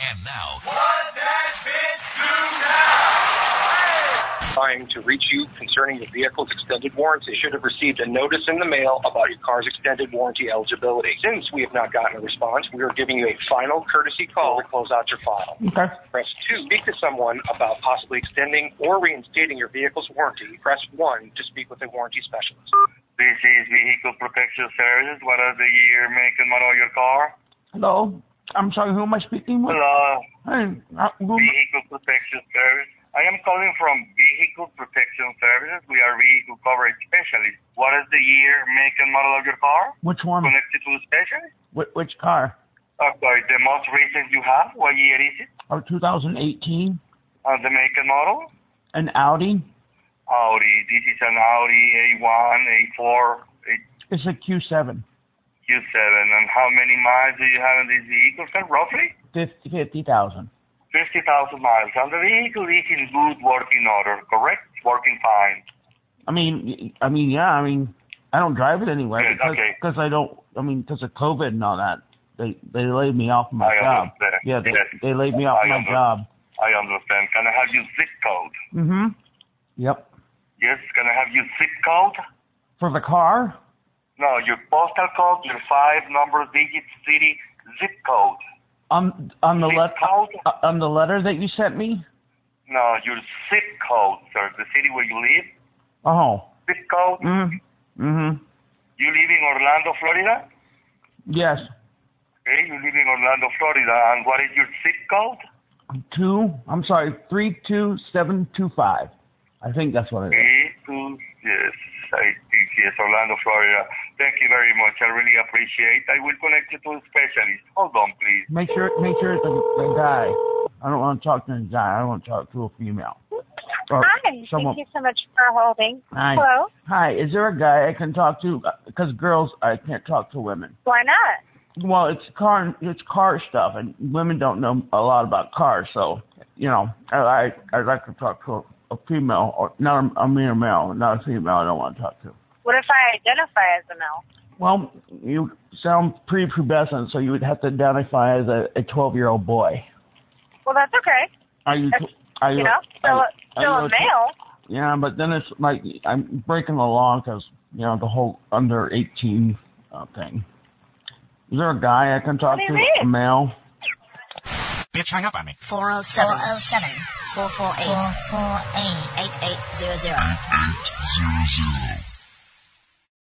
And now, trying to reach you concerning your vehicle's extended warranty. You should have received a notice in the mail about your car's extended warranty eligibility. Since we have not gotten a response, we are giving you a final courtesy call to close out your file. Okay. Press 2 speak to someone about possibly extending or reinstating your vehicle's warranty. Press 1 to speak with a warranty specialist. This is Vehicle Protection Services. What is the year, make, and model of your car? Hello. I'm sorry, who am I speaking with? Hello, Hey, uh, who, Vehicle Protection Service. I am calling from Vehicle Protection Services. We are vehicle coverage specialists. What is the year, make, and model of your car? which one? Connected to the specialist? Which, which car? Oh, sorry, the most recent you have. What year is it? Oh, 2018? Uh, the make and model? An Audi? Audi. This is an Audi A1, A4, It's a Q7. Q7. And how many miles do you have in this vehicle, sir, roughly? 50 50,000. 50,000 miles. And the vehicle is in good working order, correct? Working fine. I mean, y- I mean, yeah, I mean, I don't drive it anywhere Good, because okay. cause I don't, I mean, because of COVID and all that, they they laid me off my I job. understand. Yeah, they, Yes. they laid me off I my under- job. I understand. Can I have your zip code? Mm-hmm. Yep. Yes, can I have your zip code? For the car? No, your postal code, your five number digit city zip code. On on the zip let code? uh, on the letter that you sent me? No, your zip code, sir. The city where you live. Oh. Zip code. Mm. Mm-hmm. You live in Orlando, Florida? Yes. Okay, you live in Orlando, Florida. And what is your zip code? Two. I'm sorry. Three two seven two five. I think that's what it is. Three, two, yes. I think yes, Orlando, Florida. Thank you very much. I really appreciate. I will connect you to a specialist. Hold on, please. Make sure make sure it's a, a guy. I don't want to talk to a guy. I want to talk to a female. Or Hi. Someone. Thank you so much for holding. Hi. Hello. Hi. Is there a guy I can talk to? Because girls, I can't talk to women. Why not? Well, it's car it's car stuff, and women don't know a lot about cars, so you know, I I I'd like to talk to a, a female or not a, a mere male, not a female. I don't want to talk to. What if I identify as a male? Well, you sound prepubescent, so you would have to identify as a a twelve year old boy. Well, that's okay. Are you? tw- Are you? You know, still, are- are still you a male. Yeah, but then it's like I'm breaking the law because you know the whole under eighteen uh, thing. Is there a guy I can talk do you to? A mean? male? bitch, hang up on me. 407 407 448 448 8800